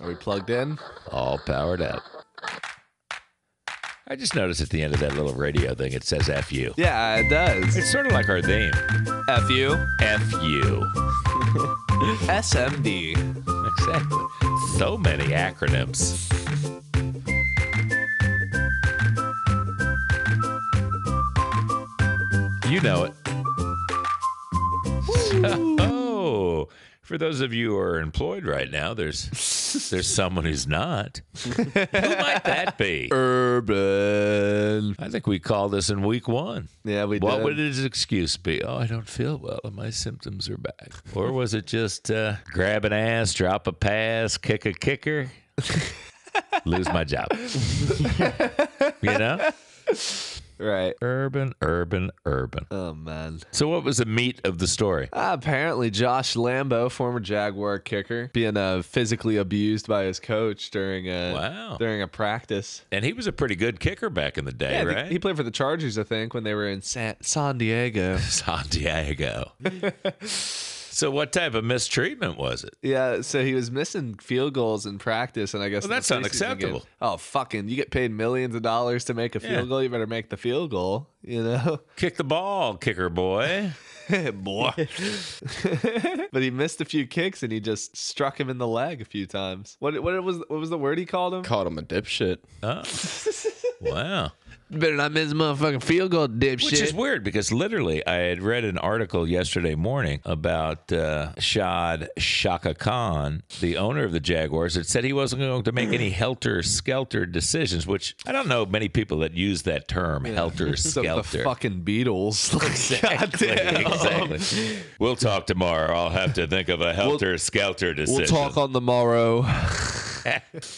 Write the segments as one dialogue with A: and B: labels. A: Are we plugged in?
B: all powered up. I just noticed at the end of that little radio thing, it says "F you."
A: Yeah, it does.
B: It's sort of like our theme,
A: F U
B: "F you."
A: S M D.
B: Exactly. So many acronyms. You know it. So, Oh, for those of you who are employed right now, there's there's someone who's not. who might that be?
A: Urban.
B: I think we called this in week one.
A: Yeah, we
B: What
A: did.
B: would his excuse be? Oh, I don't feel well, and my symptoms are back. Or was it just uh, grab an ass, drop a pass, kick a kicker, lose my job? you know,
A: Right.
B: urban, urban, urban.
A: Oh man.
B: So, what was the meat of the story?
A: Ah, apparently, Josh Lambo, former Jaguar kicker, being uh, physically abused by his coach during a
B: Wow.
A: during a practice.
B: And he was a pretty good kicker back in the day,
A: Yeah, I think
B: right?
A: he played for the Chargers, I think, when they were in San, San Diego.
B: San Diego. so, what type of mistreatment was it?
A: yeah, so he was missing field goals in practice, and I guess
B: Well,
A: in the
B: that's
A: preseason
B: unacceptable.
A: game- Oh, fucking! You get paid millions of dollars to make a field
B: Yeah.
A: goal. You better make the field goal. You know,
B: Kick the ball, kicker boy.
A: boy. but he missed a few kicks, and he just struck him in the leg a few times. What what was what was the word he called him?
C: Called him a dipshit.
B: Oh, wow.
A: Better not miss a motherfucking field goal, dipshit.
B: Which is weird because literally I had read an article yesterday morning about uh, Shad Shaka Khan, the owner of the Jaguars, that said he wasn't going to make any helter skelter decisions, which I don't know many people that use that term, helter
A: Some of the
B: skelter.
A: fucking Beatles.
B: Exactly, exactly. We'll talk tomorrow. I'll have to think of a helter skelter decision.
A: We'll talk on the morrow.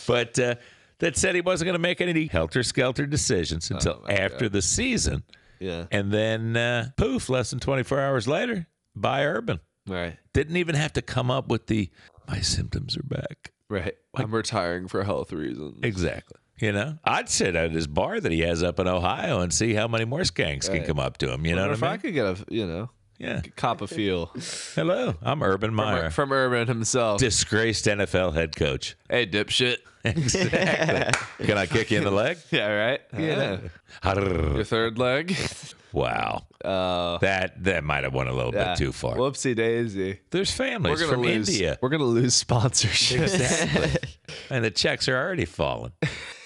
B: but uh, that said he wasn't going to make any helter skelter
A: Oh,
B: decisions until after the season.
A: Yeah.
B: And then uh, poof, less than 24 hours later, by Urban.
A: Right.
B: Didn't even have to come up with the my symptoms are back.
A: Right. I'm retiring for health reasons.
B: Exactly. You know, I'd sit at his bar that he has up in Ohio and see how many more skanks can come up to him. You know
A: Wonder
B: what
A: if
B: I
A: I
B: mean?
A: could get a, you know,
B: Yeah.
A: cop a feel
B: Hello, I'm Urban Meyer,
A: from, from Urban himself.
B: disgraced NFL head coach.
A: hey, dipshit.
B: Exactly. can I kick you in the leg?
A: Yeah, right? Yeah. Your third leg?
B: Wow.
A: Uh,
B: That that might have went a little
A: yeah.
B: bit too far.
A: Whoopsie daisy.
B: There's
A: We're
B: families
A: gonna
B: from
A: lose.
B: India,
A: We're gonna lose sponsorship.
B: and the checks are already falling.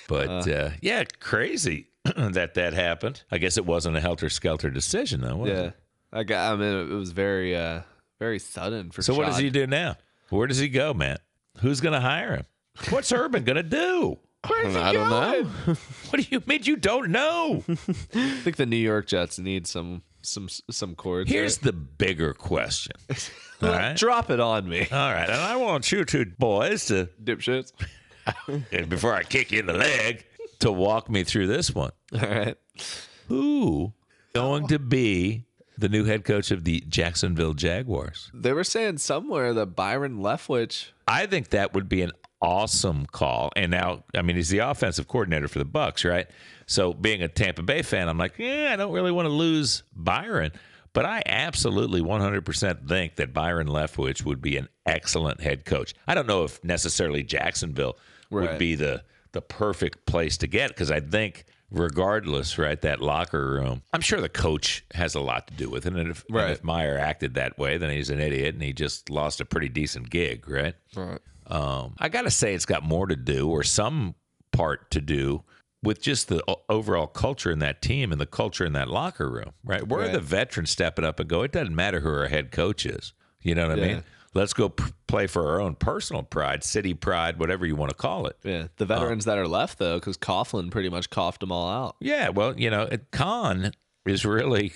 B: But uh, yeah, crazy that that happened. I guess it wasn't a helter skelter decision, though. Was
A: yeah.
B: It?
A: I got. I mean, it was very, uh, very sudden for.
B: So what does
A: Shad.
B: he do now? Where does he go, man? Who's going to hire him? What's Urban going to do?
A: Where's he
C: I don't know.
A: going?
B: What do you mean you don't know?
A: I think the New York Jets need some, some, some chords.
B: Here's the bigger question. All
A: right?
B: right.
A: drop it on me,
B: All right. And I want you two boys to
A: dipshits.
B: and before I kick you in the leg, to walk me through this one.
A: All right.
B: Who going to be the new head coach of the Jacksonville Jaguars?
A: They were saying somewhere that Byron Leftwich.
B: I think that would be an awesome call. And now, I mean, he's the offensive coordinator for the Bucks, right? So, being a Tampa Bay fan, I'm like, yeah, I don't really want to lose Byron, but I absolutely 100% think that Byron Leftwich would be an excellent head coach. I don't know if necessarily Jacksonville
A: Right.
B: would be the the perfect place to get because I think. Regardless, right? That locker room. I'm sure the coach has a lot to do with it. And if, and
A: Right.
B: if Meyer acted that way, then he's an idiot and he just lost a pretty decent gig, right?
A: Right.
B: Um, I got to say, it's got more to do, or some part to do, with just the o- overall culture in that team and the culture in that locker room, right? Where
A: Right.
B: are the veterans stepping up and go, it doesn't matter who our head coach is. You know what I
A: Yeah.
B: mean? Let's go p- play for our own personal pride, city pride, whatever you want to call it.
A: Yeah. The veterans that are left though, because Coughlin pretty much coughed them all out.
B: Yeah, well, you know, it- Khan is really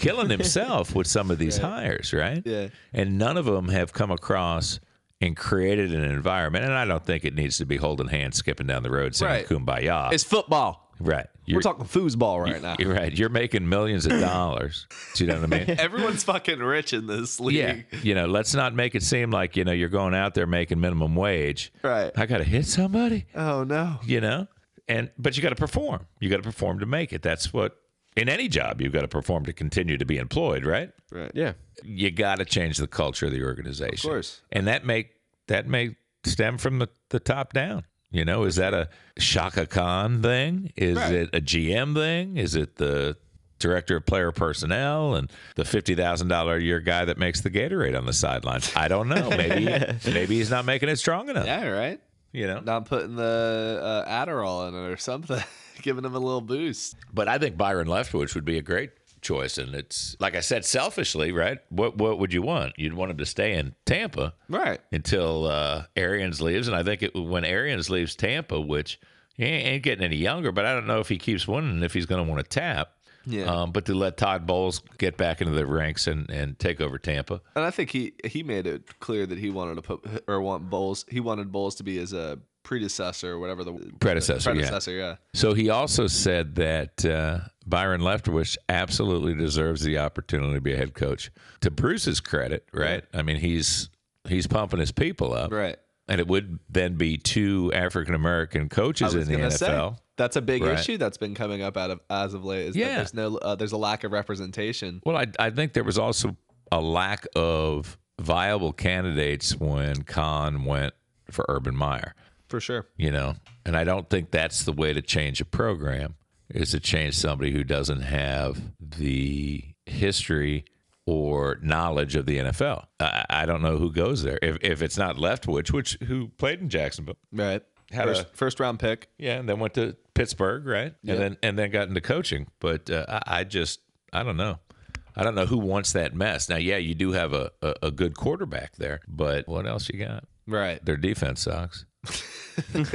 B: killing himself with some of these hires, right?
A: Yeah.
B: And none of them have come across and created an environment. And I don't think it needs to be holding hands, skipping down the road, saying
A: Right.
B: kumbaya.
A: It's football.
B: right.
A: We're
B: You're,
A: talking foosball right now.
B: you're right. You're making millions of dollars. Do you know what I mean?
A: Everyone's fucking rich in this league.
B: Yeah. You know, let's not make it seem like, you know, you're going out there making minimum wage.
A: Right.
B: I got to hit somebody.
A: Oh no.
B: you know and but you got to perform you got to perform to make it that's what in any job you've got to perform to continue to be employed right
A: Right.
C: Yeah.
B: you got to change the culture of the organization
A: Of course.
B: and that may that may stem from the, the top down. You know, is that a Shaka Khan thing? Is
A: Right.
B: it a GM thing? Is it the director of player personnel and the fifty thousand dollar a year guy that makes the Gatorade on the sidelines? I don't know. Maybe maybe he's not making it strong enough.
A: Yeah, right.
B: You know.
A: Not putting the uh, Adderall in it or something, giving him a little boost.
B: But I think Byron Leftwich would be a great choice, and it's like I said, selfishly, right? What what would you want? You'd want him to stay in Tampa
A: Right.
B: until uh, Arians leaves, and I think it, when Arians leaves Tampa, which he ain't ain't getting any younger, but I don't know if he keeps winning, if he's going to want to tap.
A: Yeah.
B: Um, but to let Todd Bowles get back into the ranks and, and take over Tampa.
A: And I think he he made it clear that he wanted to put or want Bowles. He wanted Bowles to be his uh, predecessor or whatever the
B: Predecessor, yeah.
A: predecessor. Yeah.
B: So he also said that uh, Byron Leftwich absolutely deserves the opportunity to be a head coach. To Bruce's credit, right? I mean, he's he's pumping his people up,
A: Right.
B: and it would then be two African American coaches
A: I
B: in
A: was
B: the
A: gonna
B: NFL.
A: say that's a big
B: Right.
A: issue that's been coming up out of as of late. Is that
B: Yeah.
A: there's no uh, there's a lack of representation.
B: Well, I, I think there was also a lack of viable candidates when Khan went for Urban Meyer,
A: For sure.
B: you know, and I don't think that's the way to change a program is to change somebody who doesn't have the history or knowledge of the NFL. I, I don't know who goes there. If, if it's not Leftwich, which who played in Jacksonville,
A: Right.
B: Had
A: first,
B: a-
A: first round pick.
B: yeah, and then went to Pittsburgh, right?
A: Yeah.
B: And then and then got into coaching. But uh, I, I just I don't know. I don't know who wants that mess. Now, yeah, you do have a, a, a good quarterback there, but what else you got?
A: Right.
B: Their defense sucks.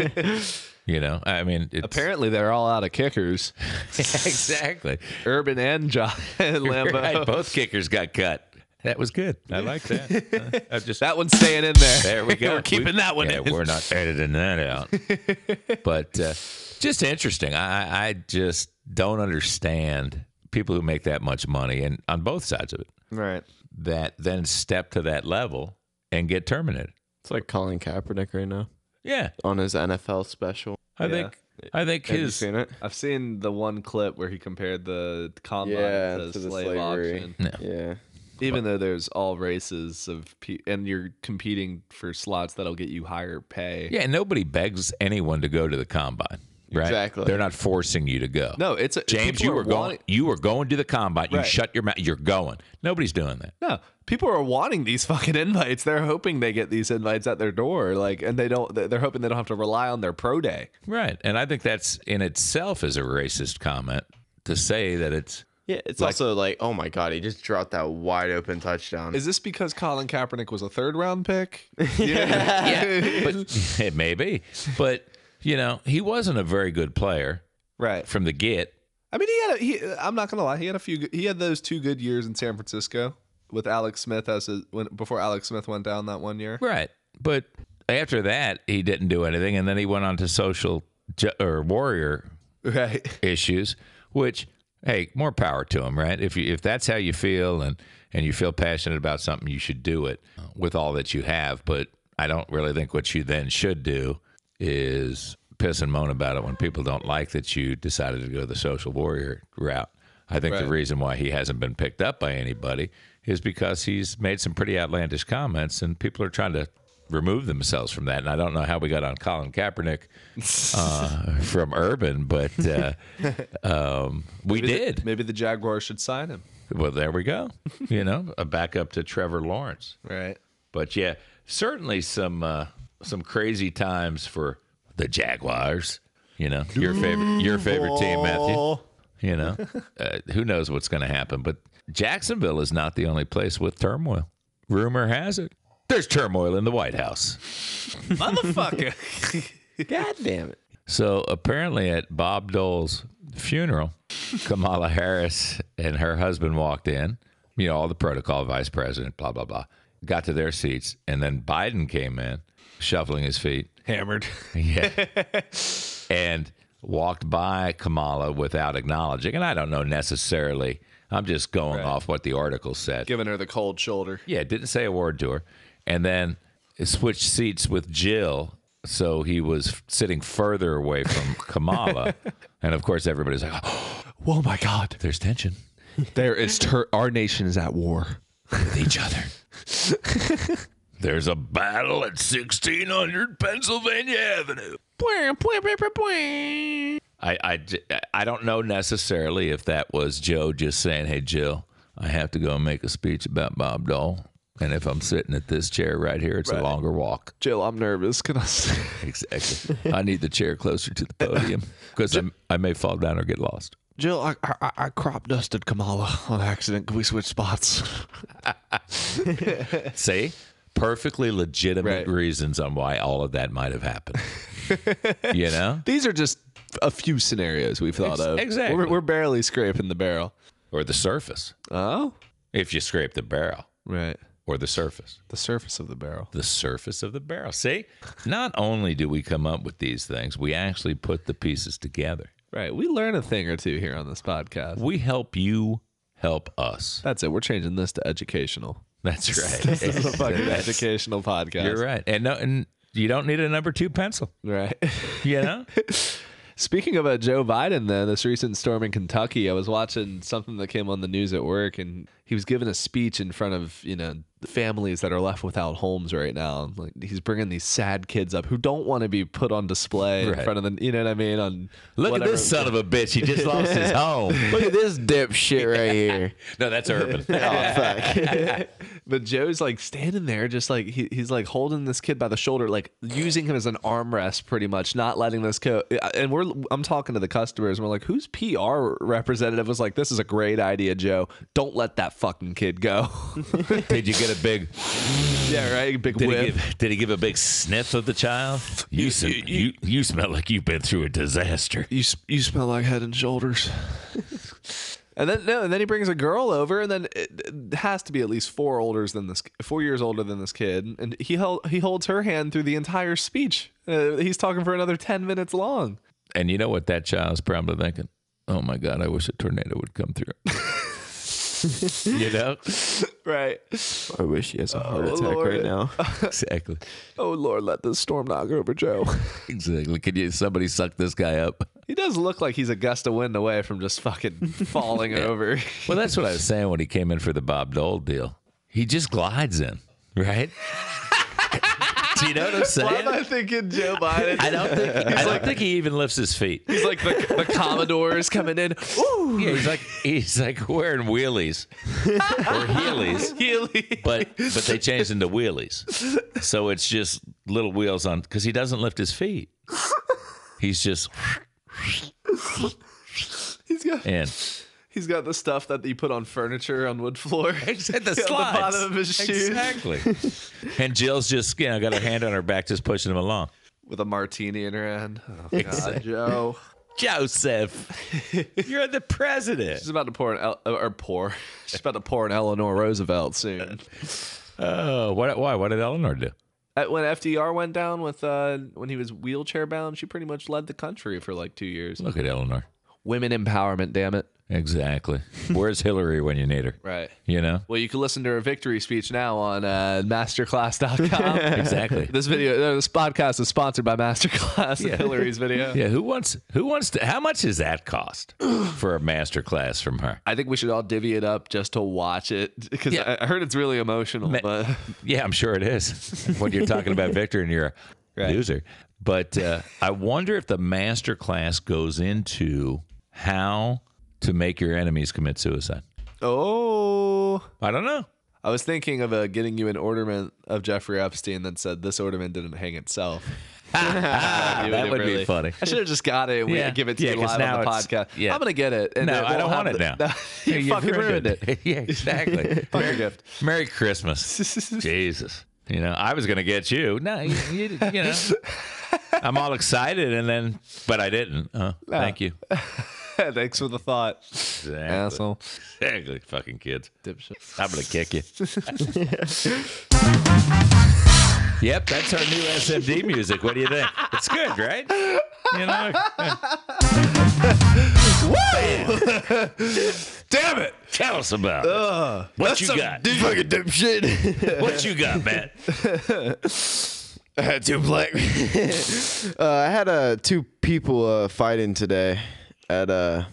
B: you know, I mean, it's,
A: Apparently they're all out of kickers.
B: exactly.
A: Urban and John Lambo.
B: Right, both kickers got cut. That was good. I like that. I just
A: That one's staying in there.
B: There we go.
A: We're keeping
B: We-
A: that one
B: yeah,
A: in.
B: We're not editing that out. but uh, just interesting. I, I just don't understand people who make that much money and on both sides of it
A: Right.
B: that then step to that level and get terminated.
C: It's like Colin Kaepernick right now
B: Yeah,
C: on his NFL special.
B: I
A: Yeah.
B: think I think
C: Have you
B: his
C: seen it?
A: I've seen the one clip where he compared the combine
C: Yeah,
A: to,
C: to the
A: slave
C: slavery.
A: auction.
C: Yeah.
A: Even though there's all races of, pe- and you're competing for slots that'll get you higher pay.
B: yeah. Nobody begs anyone to go to the combine. Right?
C: Exactly.
B: They're not forcing you to go.
A: No, it's a,
B: James,
A: people
B: you
A: are
B: were going.
A: wanting-
B: You were going to the combine. You
A: Right.
B: shut your mouth. You're going. Nobody's doing that.
A: No, people are wanting these fucking invites. They're hoping they get these invites at their door, like, and they don't. They're hoping they don't have to rely on their pro day.
B: Right. And I think that's in itself is a racist comment to say that it's
C: Yeah. It's also like, oh my God, he just dropped that wide open
B: Mm.
C: touchdown.
A: Is this because Colin Kaepernick was a third round pick?
B: yeah, but it may be. But you know, he wasn't a very good player
A: right.
B: from the get.
A: I mean, he had. A, he, I'm not gonna lie. He had a few. good- He had those two good years in San Francisco with Alex Smith as his, when before Alex Smith went down that one year.
B: Right. But after that, he didn't do anything and then he went on to social ju- or warrior
A: Right.
B: issues, which hey, more power to him, right? If you if that's how you feel and and you feel passionate about something, you should do it with all that you have. But I don't really think what you then should do is piss and moan about it when people don't like that you decided to go the social warrior route. I think the
A: Right.
B: reason why he hasn't been picked up by anybody is because he's made some pretty outlandish comments and people are trying to remove themselves from that. And I don't know how we got on Colin Kaepernick uh, from Urban, but uh, um, we did.
A: Maybe the Jaguars should sign him.
B: Well, there we go. You know, a backup to Trevor Lawrence.
A: Right.
B: But yeah, certainly some uh, some crazy times for the Jaguars. You know, your favorite your favorite team, Matthew. You know, uh, who knows what's going to happen? But Jacksonville is not the only place with turmoil. Rumor has it there's turmoil in the White House.
A: Motherfucker.
C: God damn it.
B: So apparently, at Bob Dole's funeral, Kamala Harris and her husband walked in. You know, all the protocol, vice president, blah, blah, blah. Got to their seats. And then Biden came in, shuffling his feet.
A: Hammered.
B: Yeah. and walked by Kamala without acknowledging. And I don't know necessarily, I'm just going off what the article said.
A: Giving her the cold shoulder.
B: Yeah, didn't say a word to her. And then switched seats with Jill. So he was sitting further away from Kamala. and of course, everybody's like, oh,
A: Oh my God.
B: there's tension
A: There is. Tur- our nation is at war.
B: with each other. There's a battle at 1600 Pennsylvania Avenue. Bwah, bwah, bwah, bwah, bwah. I, I, j- I don't know necessarily if that was Joe just saying, Hey, Jill, I have to go and make a speech about Bob Dole. And if I'm sitting at this chair right here, it's a longer walk.
A: Jill, I'm nervous. Can I? s-
B: Exactly. I need the chair closer to the podium because I may fall down or get lost.
A: Jill, I, I I- I crop dusted Kamala on accident. Can we switch spots?
B: See, perfectly
A: Right.
B: legitimate reasons on why all of that might have happened. you know,
A: These are just a few scenarios we've thought
B: Ex-
A: of.
B: exactly.
A: We're, we're barely scraping the barrel.
B: or the surface.
A: Oh,
B: If you scrape the barrel
A: right.
B: or the surface,
A: The surface of the barrel.
B: the surface of the barrel. See, not only do we come up with these things, we actually put the pieces together.
A: Right. We learn a thing or two here on this podcast.
B: We help you help us.
A: That's it. We're changing this to educational.
B: That's right.
A: This is a fucking
B: That's-
A: educational podcast.
B: You're right, and no, and you don't need a number two pencil.
A: Right.
B: You know.
A: Speaking of uh, Joe Biden, though, this recent storm in Kentucky, I was watching something that came on the news at work, and he was giving a speech in front of you know families that are left without homes right now. And, Like he's bringing these sad kids up who don't want to be put on display
B: Right.
A: in front of the, you know what I mean? On
B: Look
A: whatever-
B: at this son of a bitch. He just lost his home.
C: Look at this dipshit right here.
B: No, that's urban.
C: Oh fuck.
A: But Joe's like standing there, just like he, he's like holding this kid by the shoulder, like using him as an armrest, pretty much, not letting this go. And we're I'm talking to the customers, and we're like, whose PR representative was like, this is a great idea, Joe. Don't let that fucking kid go.
B: Did you get a big?
A: yeah, right. Big
B: Did he
A: whip.
B: give? Did he give a big sniff of the child? You sm- you, you, smell like you've been through a disaster.
A: you s- you smell like head and shoulders. and then no, and then he brings a girl over, and then it, it has to be at least four older than this, four years older than this kid, and he held he holds her hand through the entire speech. Uh, he's talking for another ten minutes long.
B: And you know what that child's probably thinking? Oh my God! I wish a tornado would come through. you know
A: Right.
C: I wish he has a heart
A: Oh,
C: attack
A: Lord.
C: right now.
B: exactly,
A: Oh Lord, let this storm knock over Joe.
B: exactly. Could you somebody suck this guy up?
A: he does look like he's a gust of wind away from just fucking falling over.
B: Well, that's what I was saying when he came in for the Bob Dole deal. He just glides in, right? Do you know what I'm
A: Why am I
B: saying?
A: thinking Joe Biden?
B: I don't think I don't think he even lifts his feet.
A: he's like the, the Commodore is coming in. Ooh,
B: Yeah, he's like he's like wearing wheelies or heelys,
A: Healy.
B: but but they changed into wheelies. So it's just little wheels on because he doesn't lift his feet. He's just
A: He's got
B: in.
A: he's got the stuff that you put on furniture on wood floor.
B: Except
A: the bottom of his shoes.
B: Exactly. And Jill's just you know, got her hand on her back, just pushing him along.
A: with a martini in her hand. Oh, God,
B: Exactly.
A: Joe.
B: Joseph, you're the president.
A: She's about to pour an El- uh, or pour. She's about to pour an Eleanor Roosevelt soon.
B: Oh, what, why? What did Eleanor do?
A: Uh, When FDR went down with uh, when he was wheelchair bound, she pretty much led the country for like two years.
B: Look at Eleanor.
A: Women empowerment, damn it.
B: Exactly. Where's Hillary when you need her?
A: Right.
B: You know.
A: Well, you can listen to her victory speech now on uh, masterclass.com.
B: Exactly.
A: this video, uh, this podcast is sponsored by Masterclass, Hillary's video.
B: Yeah, who wants who wants to how much does that cost for a master class from her?
A: I think we should all divvy it up just to watch it because
B: Yeah.
A: I, I heard it's really emotional. but
B: Yeah, I'm sure it is. when you're talking about Victor and you're a loser. But uh, I wonder if the master class goes into how to make your enemies commit suicide.
A: oh,
B: I don't know.
A: I was thinking of uh, getting you an ornament of Jeffrey Epstein that said this ornament didn't hang itself. Ah, that
B: that would be funny.
A: I should have just got it. and We
B: Yeah.
A: could give it to
B: Yeah,
A: you
B: 'cause
A: live
B: now
A: on the
B: it's-
A: podcast.
B: yeah.
A: I'm gonna get it. And
B: No,
A: it
B: I don't
A: won't
B: want
A: have
B: it
A: the-
B: now.
A: you
B: You've
A: fucking ruined it.
B: yeah, exactly.
A: Fuck your gift.
B: Merry Christmas. Jesus. You know, I was going to get you. No, you, you, you know. I'm all excited and then, but I didn't. Uh, Thank you.
A: Thanks for the thought,
B: Exactly.
A: asshole.
B: Exactly. Fucking kids.
A: Dipshit.
B: I'm going to kick you. yep, that's our new SMD music. What do you think? It's good, right? You know?
A: Damn it!
B: Tell us about it. what you got.
C: Fucking dipshit.
B: What you got, Matt?
C: I had two black. uh, I had uh, two people uh, fighting today at uh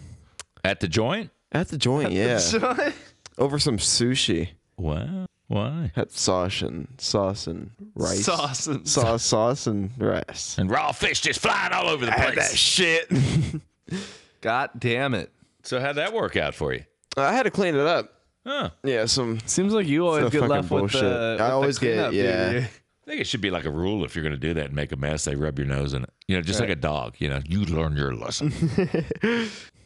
B: At the joint?
C: at the joint. Yeah, over some sushi.
B: Wow. Why?
C: Had sauce and sauce and rice.
A: Sauce and
C: sauce, sauce and rice.
B: And raw fish just flying all over the
C: I had that
B: place.
C: shit.
A: God damn it.
B: So how'd that work out for you?
C: I had to clean it up.
B: Huh.
C: Yeah, some
A: Seems like you always
C: It's the
A: get
C: fucking
A: left with
C: bullshit.
A: the. with
C: I
A: the
C: always get-
A: cleanup
C: yeah.
A: duty.
B: I think it should be like a rule if you're going to do that and make a mess, they rub your nose in it. You know, just like a dog. You know, you learn your lesson.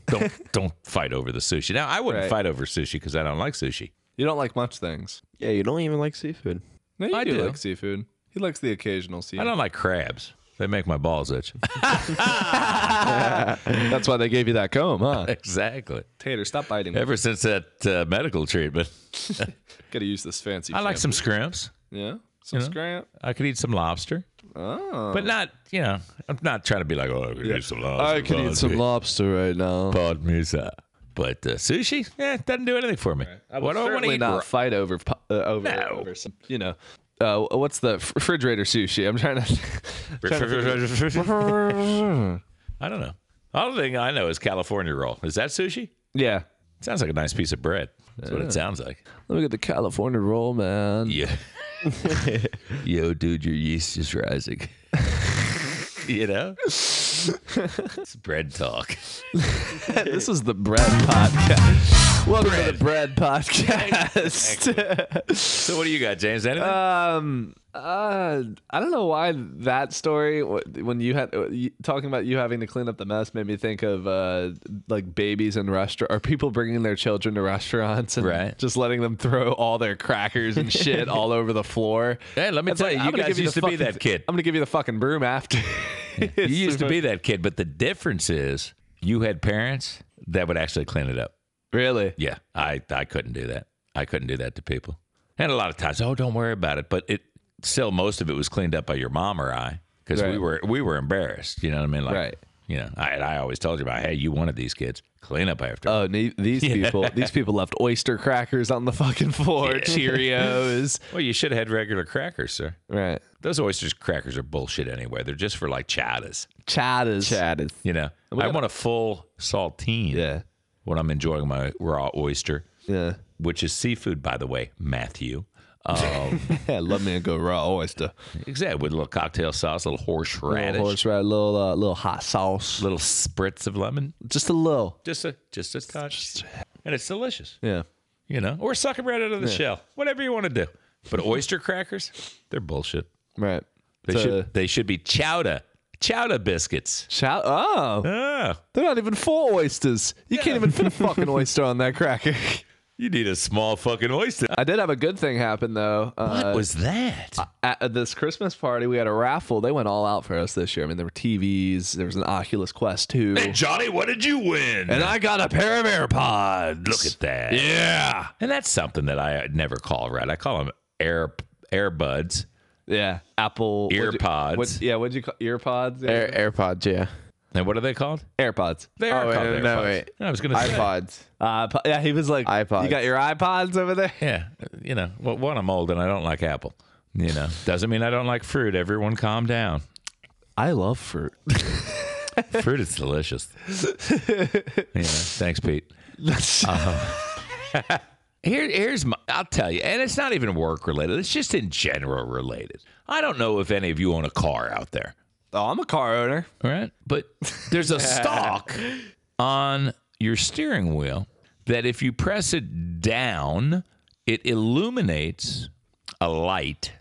B: don't don't fight over the sushi. Now I wouldn't
A: Right.
B: fight over sushi because I don't like sushi.
A: You don't like much things.
C: Yeah, you don't even like seafood.
A: No, you
B: I
A: do,
B: do.
A: like seafood. He likes the occasional
B: I
A: seafood.
B: don't like crabs. They make my balls itch.
A: That's why they gave you that comb, huh?
B: exactly.
A: Tater, stop biting.
B: Ever since that uh, medical treatment,
A: Gotta use this fancy.
B: I like some
A: shampoo.
B: scrimps.
A: Yeah, some scramp.
B: I could eat some lobster,
A: Oh,
B: but not. You know, I'm not trying to be like, oh, I could eat some lobster. pardon me.
A: lobster right now.
B: Pardon me, sir. But uh, sushi, yeah, doesn't do anything for me. What do I want to
A: Certainly
B: eat?
A: not fight over pu- uh, over,
B: No.
A: over some. You know, uh, what's the fr- refrigerator sushi? I'm trying to. trying to figure-
B: I don't know. All the thing I know is California roll. Is that sushi?
A: yeah,
B: Sounds like a nice piece of bread. That's what it sounds like.
A: let me get the California roll, man.
B: Yeah. Yo, dude, your yeast is rising. you know? it's bread talk.
A: This is the bread podcast. Welcome to the bread podcast.
B: So what do you got, James? Anything?
A: um, uh, I don't know why that story wh- when you had uh, you- talking about you having to clean up the mess made me think of uh, like babies in restaurant or people bringing their children to restaurants and
B: Right.
A: just letting them throw all their crackers and shit all over the floor.
B: Hey, let me
A: That's
B: tell
A: like,
B: you,
A: I'm
B: you
A: gonna
B: guys
A: give
B: used
A: the
B: to be
A: fucking-
B: that kid.
A: I'm gonna give you the fucking broom after.
B: you used to be that kid, but the difference is you had parents that would actually clean it up.
A: really.
B: Yeah, I I couldn't do that. I couldn't do that to people. And a lot of times, oh, don't worry about it. But it still, most of it was cleaned up by your mom or I because we
A: Right.
B: were we were embarrassed. You know what I mean? Like,
A: Right.
B: You know, I I always told you about, hey, you wanted these kids, clean up after.
A: Oh, ne- these people! These people left oyster crackers on the fucking floor, Cheerios.
B: well, you should have had regular crackers, sir.
A: Right,
B: Those oysters crackers are bullshit anyway. They're just for like chowders.
A: Chatters.
C: Chad is.
B: You know, I want a full saltine
A: Yeah,
B: when I'm enjoying my raw oyster,
A: yeah.
B: which is seafood, by the way, Matthew. Um,
A: Yeah, love me a good raw oyster.
B: exactly, with a little cocktail sauce, a little horseradish.
A: Little horseradish, little uh, little hot sauce,
B: little spritz of lemon,
A: just a little.
B: just a just a touch, and it's delicious.
A: Yeah,
B: You know, or suck it right out of the shell, whatever you want to do. But oyster crackers, they're bullshit.
A: right.
B: They
A: So-
B: should they should be chowder chowder biscuits.
A: shout. Oh,
B: Ah,
A: they're not even full oysters. You can't even fit a fucking oyster on that cracker.
B: you need a small fucking oyster.
A: I did have a good thing happen though.
B: What
A: Uh,
B: was that?
A: at this Christmas party, we had a raffle. They went all out for us this year. I mean, there were TVs. There was an Oculus Quest too.
B: Johnny, what did you win?
A: And I got a pair of AirPods.
B: Look at that. Yeah. And that's something that I never call right. I call them air airbuds.
A: Yeah, Apple
B: Ear
A: what'd you-
B: pods.
A: What, yeah, what'd you call earpods? Yeah.
C: Air, AirPods, yeah.
B: And what are they called?
A: AirPods.
B: They are
C: Oh, wait,
B: called
C: no, no,
B: AirPods.
C: wait.
B: uh, I was going to say.
C: iPods.
A: Uh, po- yeah, he was like,
C: iPods.
A: "You got your iPods over there."
B: Yeah, you know, well, one, I'm old and I don't like apple. You know, doesn't mean I don't like fruit. Everyone, calm down.
A: I love fruit.
B: Fruit is delicious. you know, thanks, Pete. Um, Here, here's my. I'll tell you, and it's not even work related. It's just in general related. I don't know if any of you own a car out there,
A: Oh, I'm a car owner.
B: all right? But there's a stalk on your steering wheel that, if you press it down, it illuminates a light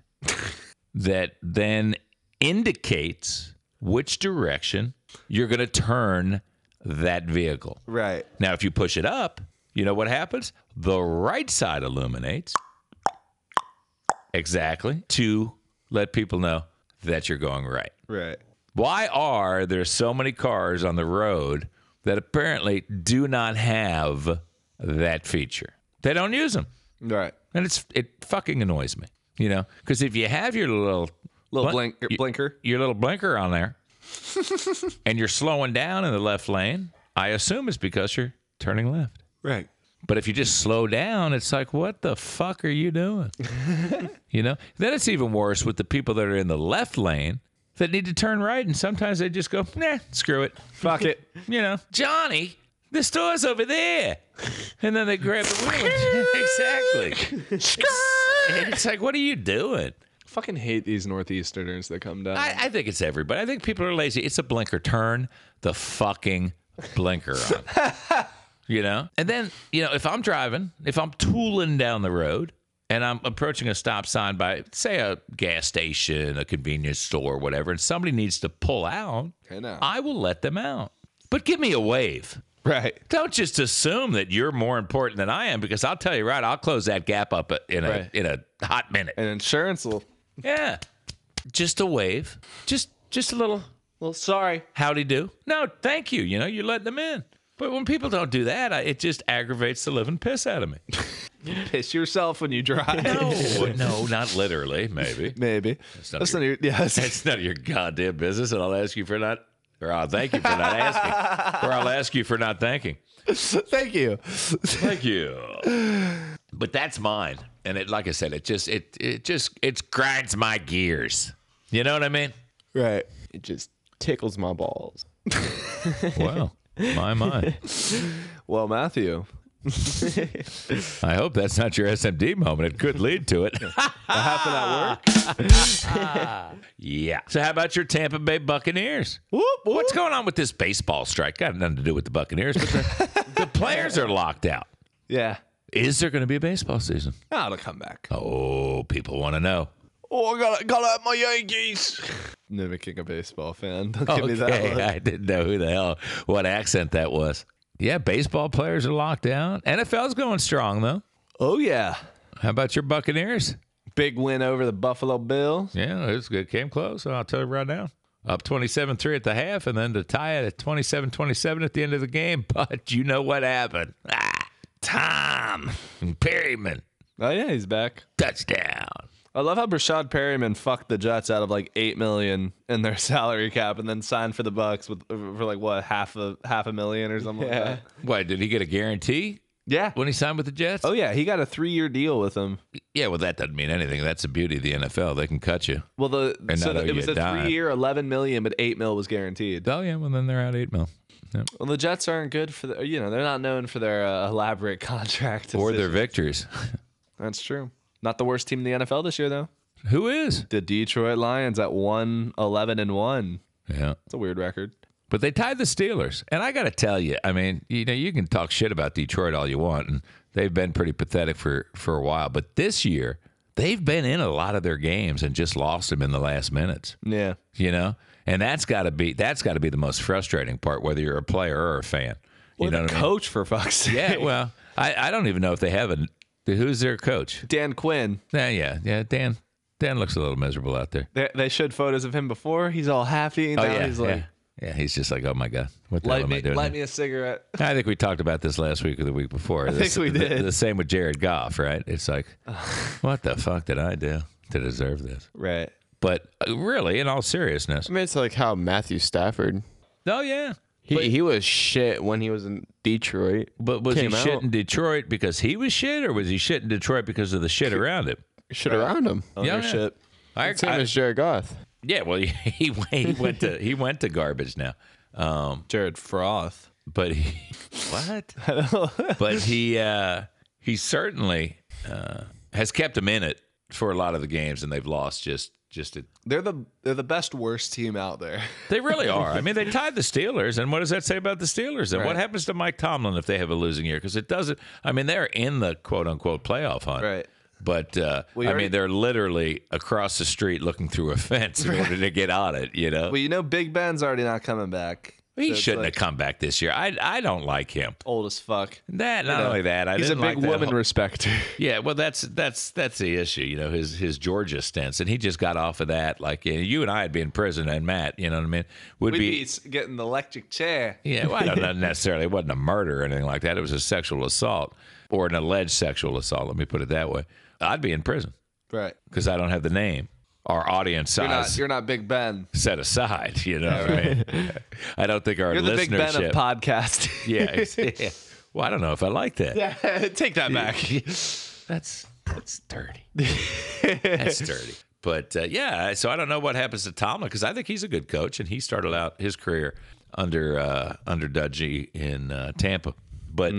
B: that then indicates which direction you're going to turn that vehicle.
A: Right.
B: Now, if you push it up, you know what happens? The right side illuminates exactly to let people know that you're going right.
A: Right.
B: Why are there so many cars on the road that apparently do not have that feature? They don't use them.
A: Right.
B: And it's it fucking annoys me, you know, because if you have your little
A: Little
B: What?
A: blink, blinker.
B: your little blinker on there and you're slowing down in the left lane, I assume it's because you're turning left.
A: Right.
B: But if you just slow down, it's like, what the fuck are you doing? you know? Then it's even worse with the people that are in the left lane that need to turn right. And sometimes they just go, nah, screw it.
A: Fuck it.
B: You know, Johnny, the store's over there. And then they grab the wheel. and- exactly. it's like, what are you doing?
A: Fucking hate these Northeasterners that come down.
B: I, I think it's everybody. I think people are lazy. It's a blinker. Turn the fucking blinker on. you know? And then, you know, if I'm driving, if I'm tooling down the road and I'm approaching a stop sign by, say, a gas station, a convenience store, whatever, and somebody needs to pull out,
A: I know.
B: I will let them out. But give me a wave.
A: right.
B: Don't just assume that you're more important than I am because I'll tell you right, I'll close that gap up in a
A: Right.
B: in a hot minute.
A: And insurance will.
B: Yeah. Just a wave. Just just a little
A: Well, sorry.
B: howdy do. No, thank you. You know, you're letting them in. But when people don't do that, I, it just aggravates the living piss out of me.
A: Piss yourself when you drive.
B: No, no, not literally, maybe.
A: Maybe.
B: not
A: That's
B: your-
A: not your. Yes.
B: It's none of your goddamn business, and I'll ask you for not, or I'll thank you for not asking, or I'll ask you for not thanking.
A: Thank you.
B: Thank you. But that's mine, and it, like I said, it just, it, it just, it grinds my gears. You know what I mean?
A: Right.
C: It just tickles my balls.
B: Wow, my my.
A: Well, Matthew,
B: I hope that's not your SMD moment. It could lead to it.
A: happened at work.
B: Yeah. So how about your Tampa Bay Buccaneers? What's going on with this baseball strike? Got nothing to do with the Buccaneers, but the, the players are locked out.
A: Yeah.
B: Is there going to be a baseball season?
A: Oh, it'll come back.
B: Oh, people want to know.
A: Oh, I gotta, gotta have my Yankees. Mimicking a baseball fan. Don't give me that
B: Okay,
A: look.
B: I didn't know who the hell, what accent that was. Yeah, baseball players are locked out. NFL's going strong though.
A: Oh, yeah.
B: How about your Buccaneers?
A: Big win over the Buffalo Bills.
B: Yeah, it's good. Came close. I'll tell you right now. Up 27 3 at the half, and then to tie it at 27 27 at the end of the game. But you know what happened? Ah, Tom Perryman,
A: Oh, yeah, he's back.
B: touchdown.
A: I love how Brashad Perryman fucked the Jets out of like eight million in their salary cap, and then signed for the Bucks with for like what half a half a million or something like that.
B: Wait, did he get a guarantee
A: Yeah.
B: when he signed with the Jets?
A: Oh yeah, he got a three-year deal with them.
B: Yeah, well, that doesn't mean anything. That's the beauty of the NFL. They can cut you.
A: Well, the
B: And
A: so
B: not owe
A: it was a
B: you a dime.
A: three-year, eleven million, but eight mil was guaranteed.
B: Oh, yeah, well, then they're out 8 mil. Yep.
A: Well, the Jets aren't good for the, you know they're not known for their uh, elaborate contract
B: Or their
A: decisions.
B: victories.
A: That's true. Not the worst team in the NFL this year though.
B: Who is?
A: The Detroit Lions at one eleven and one.
B: Yeah.
A: It's a weird record.
B: But they tied the Steelers. And I got to tell you, I mean, you know, you can talk shit about Detroit all you want, and they've been pretty pathetic for, for a while. But this year, they've been in a lot of their games and just lost them in the last minutes,
A: Yeah.
B: you know? And that's got to be that's got to be the most frustrating part, whether you're a player or a fan. You
A: Or
B: know
A: the
B: what I mean?
A: coach for fuck's sake.
B: Yeah, well, I, I don't even know if they have a who's their coach.
A: Dan Quinn.
B: Yeah, yeah, yeah. Dan Dan looks a little miserable out there.
A: They, they showed photos of him before. He's all happy.
B: Oh
A: now
B: yeah,
A: he's like,
B: yeah, yeah. He's just like, oh my god, what the hell
A: light
B: am I
A: me,
B: doing? here?"
A: light me a cigarette.
B: I think we talked about this last week or the week before. I
A: think we
B: The,
A: did.
B: same with Jared Goff, right? It's like, what the fuck did I do to deserve this?
A: Right.
B: But uh, really, in all seriousness,
C: I mean, it's like how Matthew Stafford.
B: oh yeah.
C: He he was shit when he was in Detroit.
B: But was
C: Came
B: he
C: out.
B: shit in Detroit because he was shit, or was he shit in Detroit because of the shit around him?
C: Shit around him.
B: Oh, yeah.
A: Ownership.
B: I,
C: Same
B: I-
C: as Jared Goff.
B: yeah, well, he, he went to he went to garbage now. Um,
A: Jared Froth.
B: but he, what? but he uh, he certainly uh, has kept him in it for a lot of the games, and they've lost just just a
A: They're the they're the best worst team out there.
B: They really are. I mean, they tied the Steelers, and what does that say about the Steelers? And what happens to Mike Tomlin if they have a losing year? Because it doesn't. I mean, they're in the quote unquote playoff hunt,
A: Right.
B: But uh, I
A: already-
B: mean, they're literally across the street looking through a fence in order to get on it. You know,
A: Well, you know, Big Ben's already not coming back. So
B: he
A: it's
B: shouldn't
A: like
B: have come back this year. I I don't like him.
A: Old as fuck.
B: That not
A: know,
B: only that, I
A: He's a
B: didn't
A: big
B: like that
A: woman
B: whole-
A: respecter.
B: Yeah, well, that's that's that's the issue. You know, his his Georgia stance, and he just got off of that. Like you, know, you and I would be in prison, and Matt, you know what I mean, would
A: We'd be s- getting the electric chair.
B: Yeah, well, I don't know necessarily. It wasn't a murder or anything like that. It was a sexual assault or an alleged sexual assault. Let me put it that way. I'd be in prison
A: Right.
B: because I don't have the name. Our audience
A: You're not
B: size
A: you're not Big Ben.
B: set aside. You know, what I mean? I don't think our
A: You're the Big Ben of
B: listenership.
A: podcasting.
B: yeah, ex- yeah. Well, I don't know if I like that.
A: Take that back.
B: That's that's dirty. that's dirty. But uh, yeah, so I don't know what happens to Tomlin because I think he's a good coach, and he started
A: Mm-hmm.
B: out his career under uh, under Dudgy in uh, Tampa. But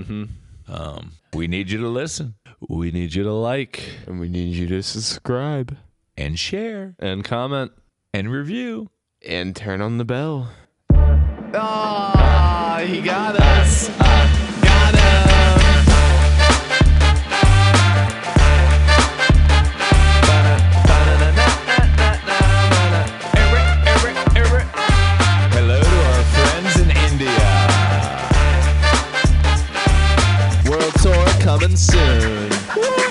B: Um, we need you to listen
A: We need you to like
C: And we need you to subscribe
B: and share
A: and comment.
B: and review.
C: and turn on the bell.
A: Ah, he got us. got
B: Hello to our friends in India.
A: World tour coming soon.